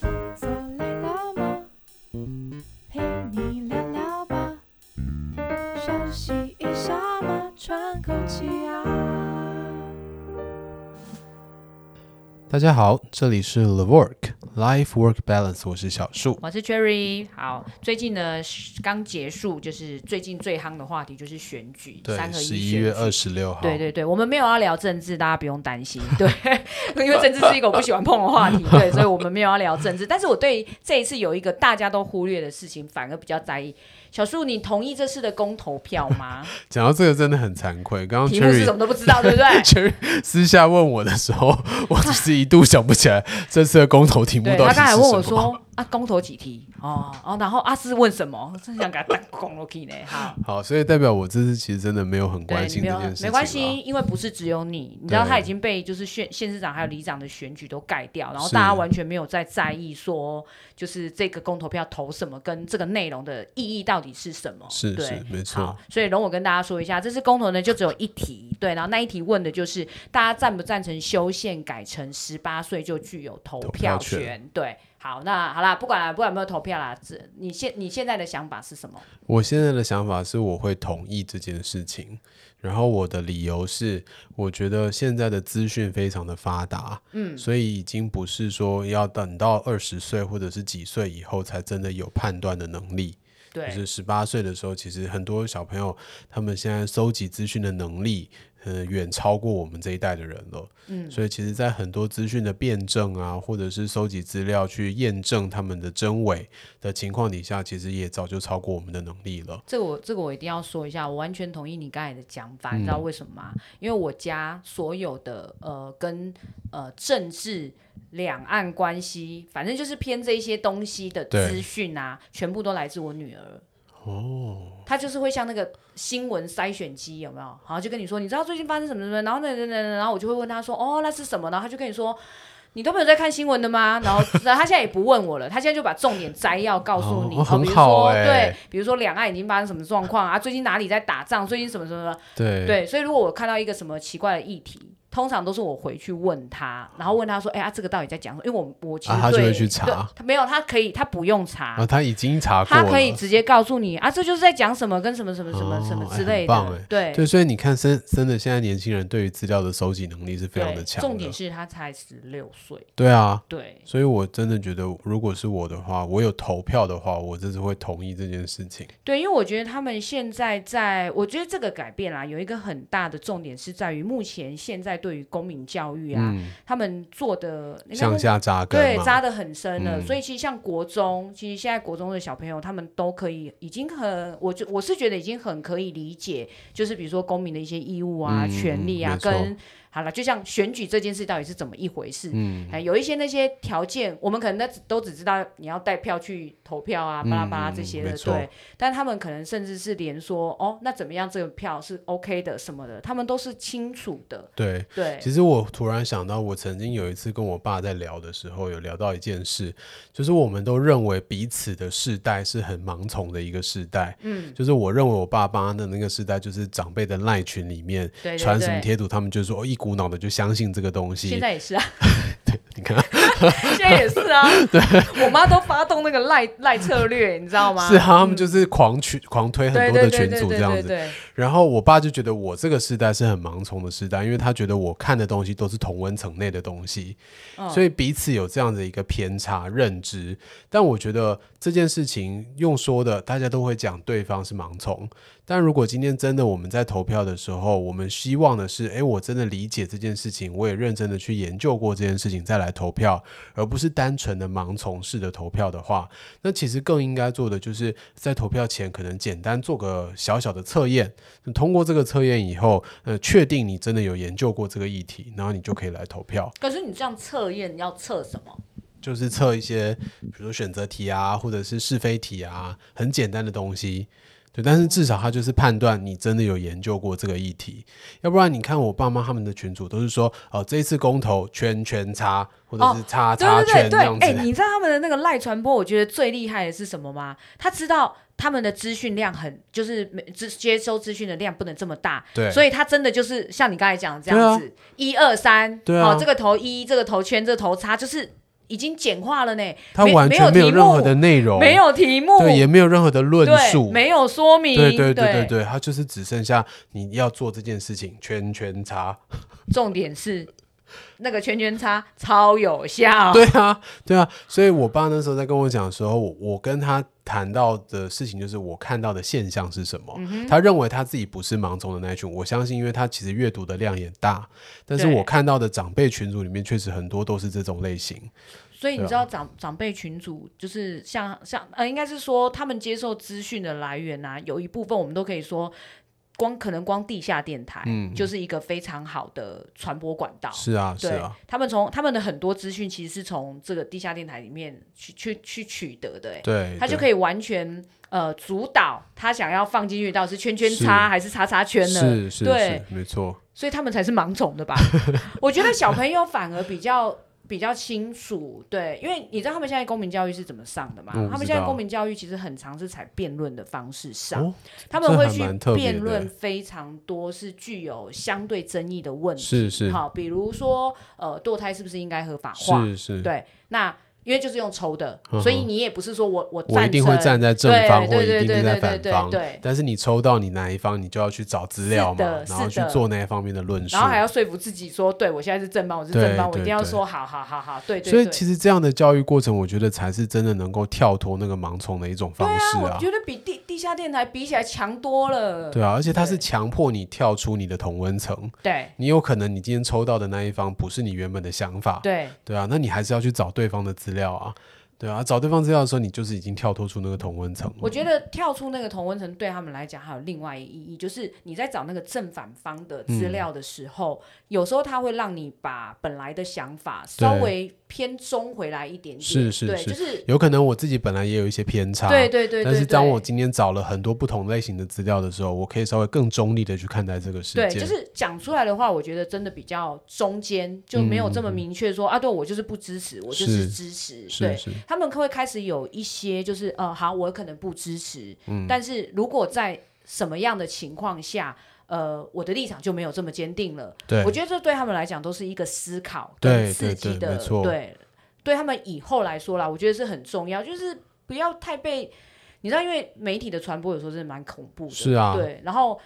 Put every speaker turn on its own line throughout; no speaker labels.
坐累了吗？陪你聊聊吧，休息一下嘛，喘口气啊。
大家好，这里是 The Work Life Work Balance，我是小树。
我是 Cherry。好，最近呢是刚结束，就是最近最夯的话题就是选举，
对
三，合
十
一
一
选
月
举
二。十六号，
对对对，我们没有要聊政治，大家不用担 心。对，因为政治是一个我不喜欢碰的话 题，对，所以我们没有要聊政治。但是我对这一次有一个大家都忽略的事情，反而比较在意。小树，你同意这次的公投票吗？
讲到这个真的很惭愧，刚刚
题目是什
Cherry
么都不知道，对不对？
Cherry 私下问我的时候， 我只是一度想不起来这次的公投题目
对
到
他
底是什
刚
么。
才问我说啊，公投几题？哦哦，然后阿斯问什么？真想给他当公落去呢。好，
好，所以代表我这次其实真的没有很
对
关
你
心
不
这
要
件事情。啊
没关系，，因为不是只有你，你知道
对
他已经被就是县县市长还有里长的选举都盖掉，然后
是
大家完全没有在在意说就是这个公投票投什么，跟这个内容的意义到底是什么？
是
对
是没错
好。，所以容我跟大家说一下，这次公投呢就只有一题，对，然后那一题问的就是大家赞不赞成修宪改成十八岁就具有投
投票
票
权
对，好，那好啦，不管啦，不管有没有投票啦，这你现你现在的想法是什么？
我现在的想法是，我会同意这件事情。然后我的理由是，我觉得现在的资讯非常的发达，嗯，所以已经不是说要等到二十岁或者是几岁以后才真的有判断的能力。
对，
就是十八岁的时候，其实很多小朋友他们现在搜集资讯的能力，呃，远超过我们这一代的人了。嗯，所以其实，在很多资讯的辩证啊，或者是搜集资料去验证他们的真伪的情况底下，其实也早就超过我们的能力了。
这个我这个我一定要说一下，我完全同意你刚才的讲法，你知道为什么吗？因为我家所有的呃跟呃政治、两岸关系，反正就是偏这一些东西的
对
资讯啊，全部都来自我女儿。哦，她就是会像那个新闻筛选机有没有？然后就跟你说，你知道最近发生什么什么，然后那那那，那然后我就会问她说，哦，那是什么？然后她就跟你说。你都没有在看新闻的吗？然后他现在也不问我了，他现在就把重点摘要告诉你，
哦很
比如
好
说、
欸
对，比如说两岸已经发生什么状况啊，最近哪里在打仗，最近什么什么什么，
对
对，所以如果我看到一个什么奇怪的议题。通常都是我回去问他，然后问他说：“哎、呀、这个到底在讲什么？”因为我我其实
啊
对、
他就会去查
对他没有，他可以，他不用查，
啊，他已经查过
他可以
了。
直接告诉你啊，这就是在讲什么跟什么什么什么什么
哦哎
之类
很
的。
棒哎
对
对，所以你看，真真的现在年轻人对于资料的搜集能力是非常的
对
强的。
重点是他才十六岁，
对啊，
对，
所以我真的觉得，如果是我的话，我有投票的话，我这是会同意这件事情。
对，因为我觉得他们现在在，我觉得这个改变啦，有一个很大的重点是在于目前现在对于公民教育啊，
嗯
他们做的应该
向
说
下扎根
对
嘛
扎得很深了。
嗯
所以其实像国中，其实现在国中的小朋友，他们都可以已经很，我就我是觉得已经很可以理解，就是比如说公民的一些义务啊、
嗯
权利
嗯
啊
没，错
跟好了，就像选举这件事到底是怎么一回事？嗯，哎，有一些那些条件，我们可能那只都只知道你要带票去投票啊，巴拉巴拉
嗯嗯
这些
没
的，
错
对。但他们可能甚至是连说，哦，那怎么样这个票是 OK 的什么的，他们都是清楚的，
对，
对。
其实我突然想到，我曾经有一次跟我爸在聊的时候，有聊到一件事，就是我们都认为彼此的世代是很盲从的一个世代。嗯，就是我认为我爸爸的那个世代，就是长辈的赖群里面
对对
传什么
对
贴图，他们就说、哦、一股脑的就相信这个东
现
西。
在也是啊，
你看，
现在也是 啊，我妈都发动那个赖赖策略，你知道吗？
是啊，他们
嗯
就是狂群、狂推很
对
多
对
的
对
群
对
组这
对
样
对
子。
对，
然后我爸就觉得我这个时代是很盲从的时代，因为他觉得我看的东西都是同温层内的东西，
嗯
所以彼此有这样的一个偏差认知。但我觉得这件事情用说的，大家都会讲对方是盲从。但如果今天真的我们在投票的时候，我们希望的是，诶，我真的理解这件事情，我也认真的去研究过这件事情再来投票，而不是单纯的盲从式的投票的话，那其实更应该做的就是在投票前可能简单做个小小的测验。通过这个测验以后，呃，确定你真的有研究过这个议题，然后你就可以来投票，
可是你这样测验要测什么？
就是测一些，比如说选择题啊，或者是是非题啊，很简单的东西。对，但是至少他就是判断你真的有研究过这个议题，要不然你看我爸妈他们的群主都是说，哦、这一次公投圈圈叉，或者是叉
对
叉
对对
圈啊这
对
样，子。
哎、你知道他们的那个赖传播，我觉得最厉害的是什么吗？他知道他们的资讯量很，就是每资接收资讯的量不能这么大，
对
所以他真的就是像你刚才讲的这样子，一二三，
对啊
哦，这个投一，这个投圈，这个投叉，就是已经简化了呢，
它
没
完
没
全
有
没有
题
任何
目
的内容，
没有题目，
对，也没有任何的论
对
述，
没有说明，
对对对对对，它就是只剩下你要做这件事情，圈圈叉。
重点是那个圈圈叉超有效，
对啊， 对啊，所以我爸那时候在跟我讲的时候，我我跟他谈到的事情就是我看到的现象是什么。
嗯
他认为他自己不是盲从的那一群，我相信，因为他其实阅读的量也大，但是
对
我看到的长辈群组里面确实很多都是这种类型。
所以你
对啊
知道长长辈群组就是像像呃，应该是说他们接受资讯的来源啊，有一部分我们都可以说。光可能光地下电台、
嗯
就是一个非常好的传播管道，
是啊，是
对
啊，，
他们从他们的很多资讯其实是从这个地下电台里面去去去取得的，哎，
对，
他就可
以
以完全呃主导他想要放进去到底是圈圈
是
叉还是叉叉圈呢？
是是
对
是，没错，
所以他们才是盲从的 吧？我觉得小朋友反而比较。比较清楚，对，因为你知道他们现在公民教育是怎么上的吗？
嗯我不知道
他们现在公民教育其实很常是采辩论的方式上，
哦
他们会
这
去
还蛮特别的
辩论非常多是具有相对争议的问题。
是是
好，比如说呃，堕胎是不是应该合法化？
是是，
对，那因为就是用抽的，
嗯哼
所以你也不是说我我
我一定会站
赞成
在正
对
方，或
对
一
对
定
对
是在
对
反
对对
方。
对，
但是你抽到你哪一方，你就要去找资料
是
嘛
的，
然后
是
去
的
做那一方面的论述。
然后还要说服自己说，对我现在是正方，我是正方，
对
我一定
对
要
对
说好好好好，对对对。
所以其实这样的教育过程，我觉得才是真的能够跳脱那个盲从的一种方式
我
啊。
觉得比地地下电台比起来强多了。
对啊，而且它是
对
强迫你跳出你的同温层，
对
你有可能你今天抽到的那一方不是你原本的想法，
对
对啊，那你还是要去找对方的资料啊，对啊，找对方资料的时候，你就是已经跳脱出那个同温层了。
我觉得跳出那个同温层对他们来讲还有另外一意义，就是你在找那个正反方的
嗯
资料的时候，有时候它会让你把本来的想法稍
对
微偏中回来一点点。
是是
对，
是
就是
有可能我自己本来也有一些偏差，
对对对对。
但是当
对
我今天找了很多不同类型的资料的时候，我可以稍微更中立的去看待这个事
对，
件。
就是讲出来的话，我觉得真的比较中间，就没有这么明确说、啊，对我就是不支持，我就是是支持。对
嗯是，是，
他们会开始有一些就是呃，好，我可能不支持，
嗯
但是如果在什么样的情况下，呃，我的立场就没有这么坚定了。
对
我，觉得这对他们来讲都是一个思考
对
跟刺
对
激
对没
的，
错
对，对他们以后来说啦，我觉得是很重要，就是不要太被。你知道，因为媒体的传播有时候真的蛮恐怖的，
是啊
对。然后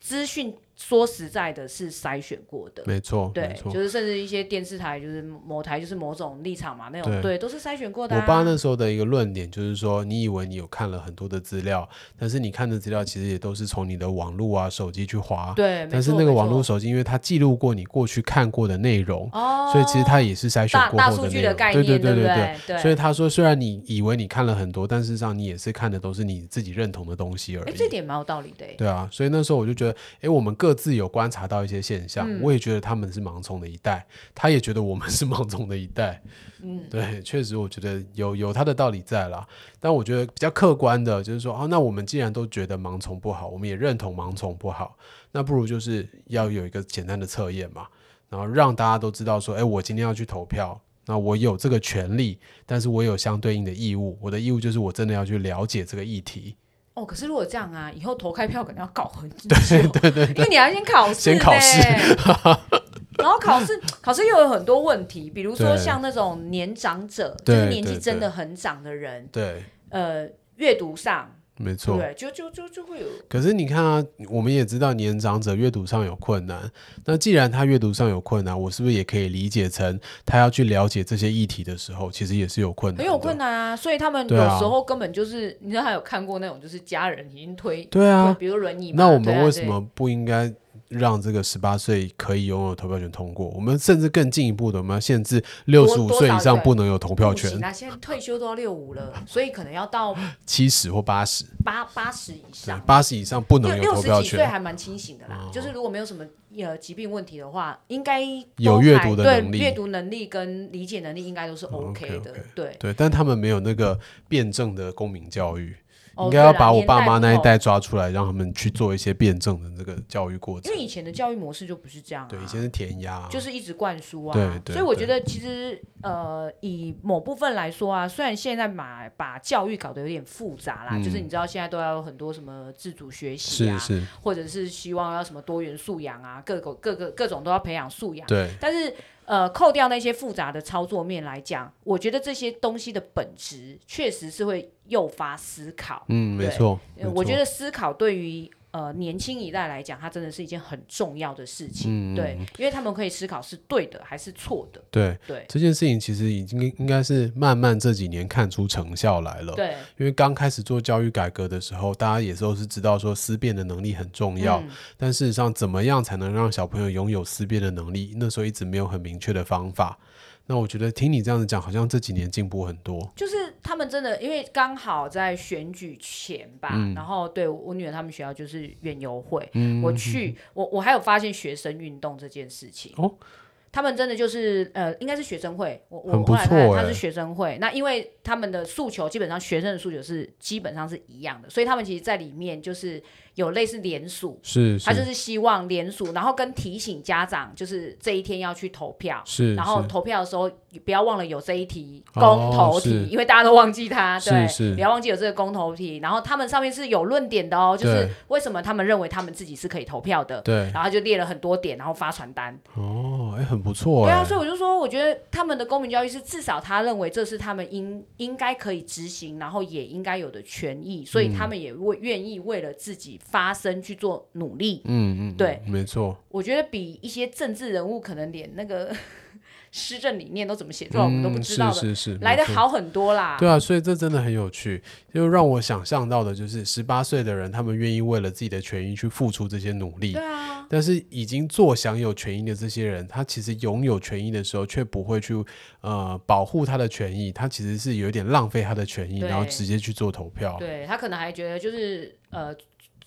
资讯说实在的，是筛选过的，
没错，没
对，
错
就。是甚至一些电视台，就是某台就是某种立场嘛，那种
对
对，都是筛选过的、啊。
我爸那时候的一个论点就是说，你以为你有看了很多的资料，但是你看的资料其实也都是从你的网络啊、手机去划。
对，没
但是
错
那个
没
网
错
络手机，因为它记录过你过去看过的内容，
哦，
所以其实它也是筛选
大
过
大
后
数据
内
的
容
概
对
念，
对
不
对
对？对，
所以他说，虽然你以为你看了很多，但事实上你也是看的都是你自己认同的东西而
哎，
已。
这点蛮有道理的诶。
对啊，所以那时候我就觉得，诶，我们各自有观察到一些现象，我也觉得他们是盲从的一代，他也觉得我们 是盲从的一代。嗯， 对，确实我觉得有有他的道理在啦。但我觉得比较客观的就是说，啊，那我们既然都觉得盲从不好，我们也认同盲从不好，那不如就是要有一个简单的测验嘛，然后让大家都知道说，诶，我今天要去投票。那我有这个权利，但是我有相对应的义务。我的义务就是我真的要去了解这个议题。
哦，可是如果这样啊，以后投开票可能要搞很久，对对对哦因为你要先考试呢，
先考试
然后考试考试又有很多问题，比如说
对
像那种年长者，就
对
是年纪
对
真的很长的人，
对，
呃，阅读上，
没
对
错。
不对，就就就就会有
可是你看啊，我们也知道年长者阅读上有困难。那既然他阅读上有困难，我是不是也可以理解成他要去了解这些议题的时候，其实也是有困难，
很有困。难啊，所以他们有
对啊
时候根本就是，你知道还有看过那种就是家人已经推，
对啊
推，比如轮椅嘛，
那我
对啊
们为什
对
么不应该让这个十八岁可以拥有投票权通过？我们甚至更进一步的，我们要限制六十五
多
岁以
少
上
岁
不能有投票
不行
权，
啊，现在退休都要六五了，所以可能 要到
七十或八十，
八八十以
对
上，。
八十以上不
六
能有
六
投
十
票
几岁
权。哦
还蛮清醒的啦，就是如果没有什么呃疾病问题的话，应该
有
都还
阅读的能力哦
对阅读能力跟理解能力应该都是 OK 的。
OK，OK
对，
对，但他们没有那个辩证的公民教育，
哦
应该要把我
对啦
爸妈那一，
年哦
代抓出来，让他们去做一些辩证的这个教育过
不同
程
因为。以前的教育模式就不是这样、啊，
对，以前是填鸭，
就是一直灌输啊。
对对
所以我
对
觉得其实呃，以某部分来说啊，虽然现在把把教育搞得有点复杂啦，就是
嗯
你知道现在都要有很多什么自主学习啊，
是是，
或者是希望要什么多元素养啊，各个各个各种都要培养素养。
对
但是呃，扣掉那些复杂的操作面来讲，我觉得这些东西的本质确实是会诱发思考。
嗯，没
对
错，
呃我觉
得
得思考对于呃年轻一代来讲，它真的是一件很重要的事
嗯
情。对，因为他们可以思考是对的还是错的。
对
对
这件事情其实已经应该是慢慢这几年看出成效来了。
对，
因为刚开始做教育改革的时候，大家也都是知道说思辨的能力很重要，
嗯
但事实上怎么样才能让小朋友拥有思辨的能力，那时候一直没有很明确的方法。那我觉得听你这样子讲，好像这几年进步很多。
就是他们真的，因为刚好在选举前吧，
嗯
然后对我女儿他们学校就是远游会，
嗯
我去，我我还有发现学生运动这件事情。
哦
他们真的就是呃，应该是学生会，我我
很不
后来看
错
他
欸
是学生会，那因为他们的诉求基本上学生的诉求是基本上是一样的，所以他们其实在里面就是有类似联署，
是
他就是是希望联署，然后跟提醒家长就是这一天要去投票，
是，
然后
是
投票的时候不要忘了有这一题
哦
公投题，
是
因为大家都忘记它，
是
对，
是
不要忘记有这个公投题。然后他们上面是有论点的哦，就是
对
为什么他们认为他们自己是可以投票的，
对
然后就列了很多点，然后发传单。
哦，哎，很不错
对
哎、
啊，所以我就说，我觉得他们的公民教育是至少他认为这是他们应应该可以执行，然后也应该有的权益，所
嗯
以他们也为愿意为了自己发声去做努力。
嗯嗯，
对
嗯，没错，
我觉得比一些政治人物可能连那个 施政理念都怎么写出来，我们都不
嗯
知道的。
是是是，
来的
没错
好很多啦。
对啊，所以这真的很有趣，就让我想象到的就是十八岁的人，他们愿意为了自己的权益去付出这些努力
对。啊，
但是已经做享有权益的这些人，他其实拥有权益的时候，却不会去呃保护他的权益，他其实是有点浪费他的权益，
对
然后直接去做投票。
对他可能还觉得就是呃，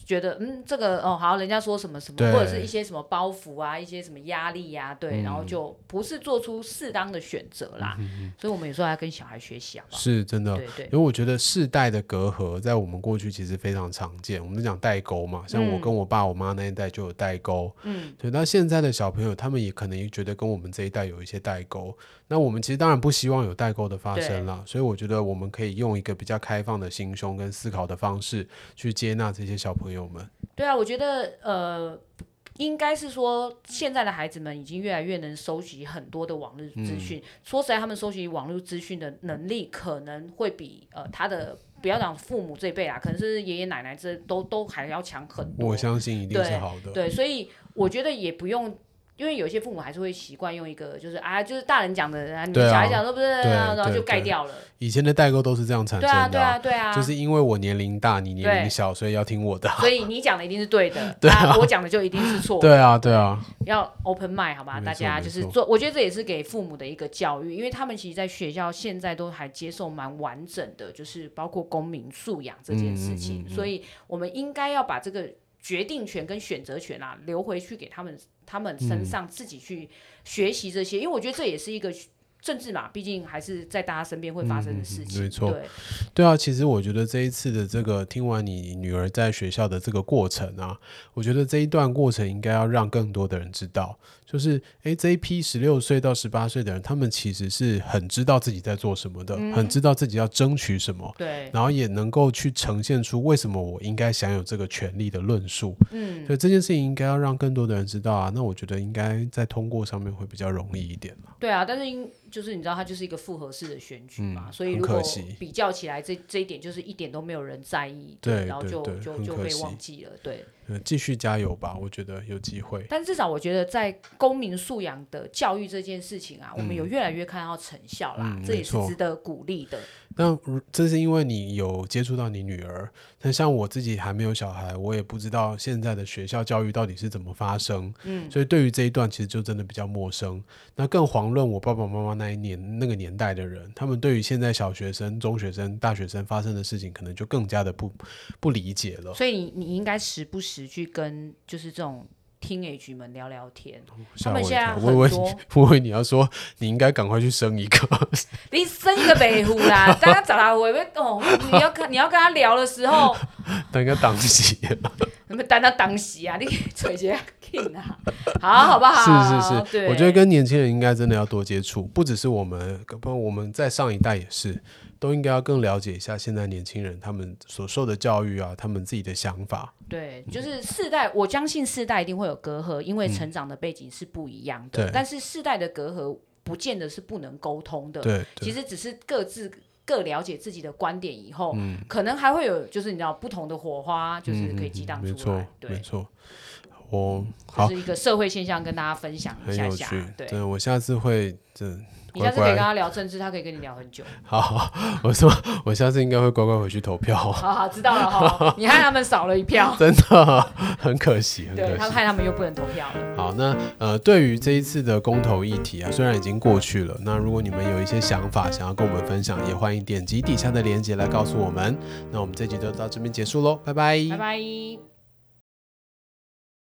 觉得嗯，这个哦好，人家说什么什么，
对嗯
或者是一些什么包袱啊，一些什么压力呀、对，然后就不是做出适当的选择啦。所以我们有时候还跟小孩学习好不
嗯
好？
是啊真的。
对对
因为我觉得世代的隔阂，在我们过去其实非常常见。我们讲代沟嘛，像我
嗯
跟我爸、我妈那一代就有代沟，
嗯，
对，那现在的小朋友，他们也可能也觉得跟我们这一代有一些代沟。那我们其实当然不希望有代沟的发生啦，所以我觉得我们可以用一个比较开放的心胸跟思考的方式去接纳这些小朋友们。
对啊，我觉得呃。应该是说，现在的孩子们已经越来越能收集很多的网络
嗯
资讯。说实在，他们收集网络资讯的能力，可能会比呃他的不要讲父母这一辈啦，可能是爷爷奶奶这都都还要强很多。
我相信一定是好的。
对，所以我觉得也不用，因为有些父母还是会习惯用一个，就是啊，就是大人讲的，啊，你
对啊
小孩讲的不是，
对
然后
对
就盖
对
掉了。
以前的代沟都是这样产
对
生
啊，对
的、
啊，对啊，
就是因为我年龄大，你年
对
龄小，所以要听我的。
所以你讲的一定是对的，
对
啊，我讲的就一定是 错的。
对啊，对啊，
要 open mind 好吧，
没
大
错
家
没
就是
错
做，我觉得这也是给父母的一个教育，因为他们其实在学校现在都还接受蛮完整的，就是包括公民素养这件事
嗯
情，
嗯嗯嗯
所以我们应该要把这个决定权跟选择权啊留回去给他们，他们
嗯
身上自己去学习这些，因为我觉得这也是一个政治嘛，毕竟还是在大家身边会发生的事情，
嗯嗯嗯没错
对，
对啊。其实我觉得这一次的这个听完你女儿在学校的这个过程啊，我觉得这一段过程应该要让更多的人知道，就是诶，这一批十六岁到十八岁的人，他们其实是很知道自己在做什么的，很知道自己要争取什么，
对，
然后也能够去呈现出为什么我应该享有这个权利的论述。
嗯。
所以这件事情应该要让更多的人知道啊。那我觉得应该在通过上面会比较容易一点啦
对啊，但是因就是你知道，它就是一个复合式的选举嘛，
嗯
所以
很
如
可
果
惜
比较起来，这这一点就是一点都没有人在意，
对
然后
对
就
对
就
很
就
可
被
惜
忘记了，对。
呃继续加油吧，我觉得有机会。
但至少我觉得在公民素养的教育这件事情啊，我们有越来越看到成效啦，
嗯
这也
没
是
错
值得鼓励的。
那如这是因为你有接触到你女儿，但像我自己还没有小孩，我也不知道现在的学校教育到底是怎么发生，
嗯，
所以对于这一段其实就真的比较陌生。那更遑论我爸爸妈妈那一年那个年代的人，他们对于现在小学生、中学生、大学生发生的事情，可能就更加的不不理解了。
所以你你应该时不时去跟就是这种 teenage 们聊聊天，他
吓我
们
一
现在
跳我以为
很
你， 我以为你要说你应该赶快去生一个，
你生一个北湖啦，大家找他我会哦，你要跟你要跟他聊的时候，
但应该档期。
那么等到当时啊，你 找一些 king 啊，好好不好？
是是是，
对，
我觉得跟年轻人应该真的要多接触，不只是我们，不，我们在上一代也是，都应该要更了解一下现在年轻人他们所受的教育啊，他们自己的想法。
对，就是世代，我相信世代一定会有隔阂，因为成长的背景是不一样的。
对
但是世代的隔阂不见得是不能沟通的，
对，
呃其
对
实只是各自各了解自己的观点以后，
嗯
可能还会有就是你知道不同的火花，就是可以激荡
没
出来。
错，没
对，
错。我
这
好，
是一个社会现象，跟大家分享一
很
下
有
下
趣。。
对，
对，我下次会，嗯，
你下次可
乖
以
乖
跟他聊政治，他可以跟你聊很久。
好， 我说我下次应该会乖乖回去投票，
好好，知道了哈，你害他们少了一票，
真的很可惜，很
对
可
他
惜。
害他们又不能投票了。
好，那呃，对于这一次的公投议题啊，虽然已经过去了，那如果你们有一些想法想要跟我们分享，也欢迎点击底下的链接来告诉我们。那我们这集就到这边结束喽，拜拜
拜拜。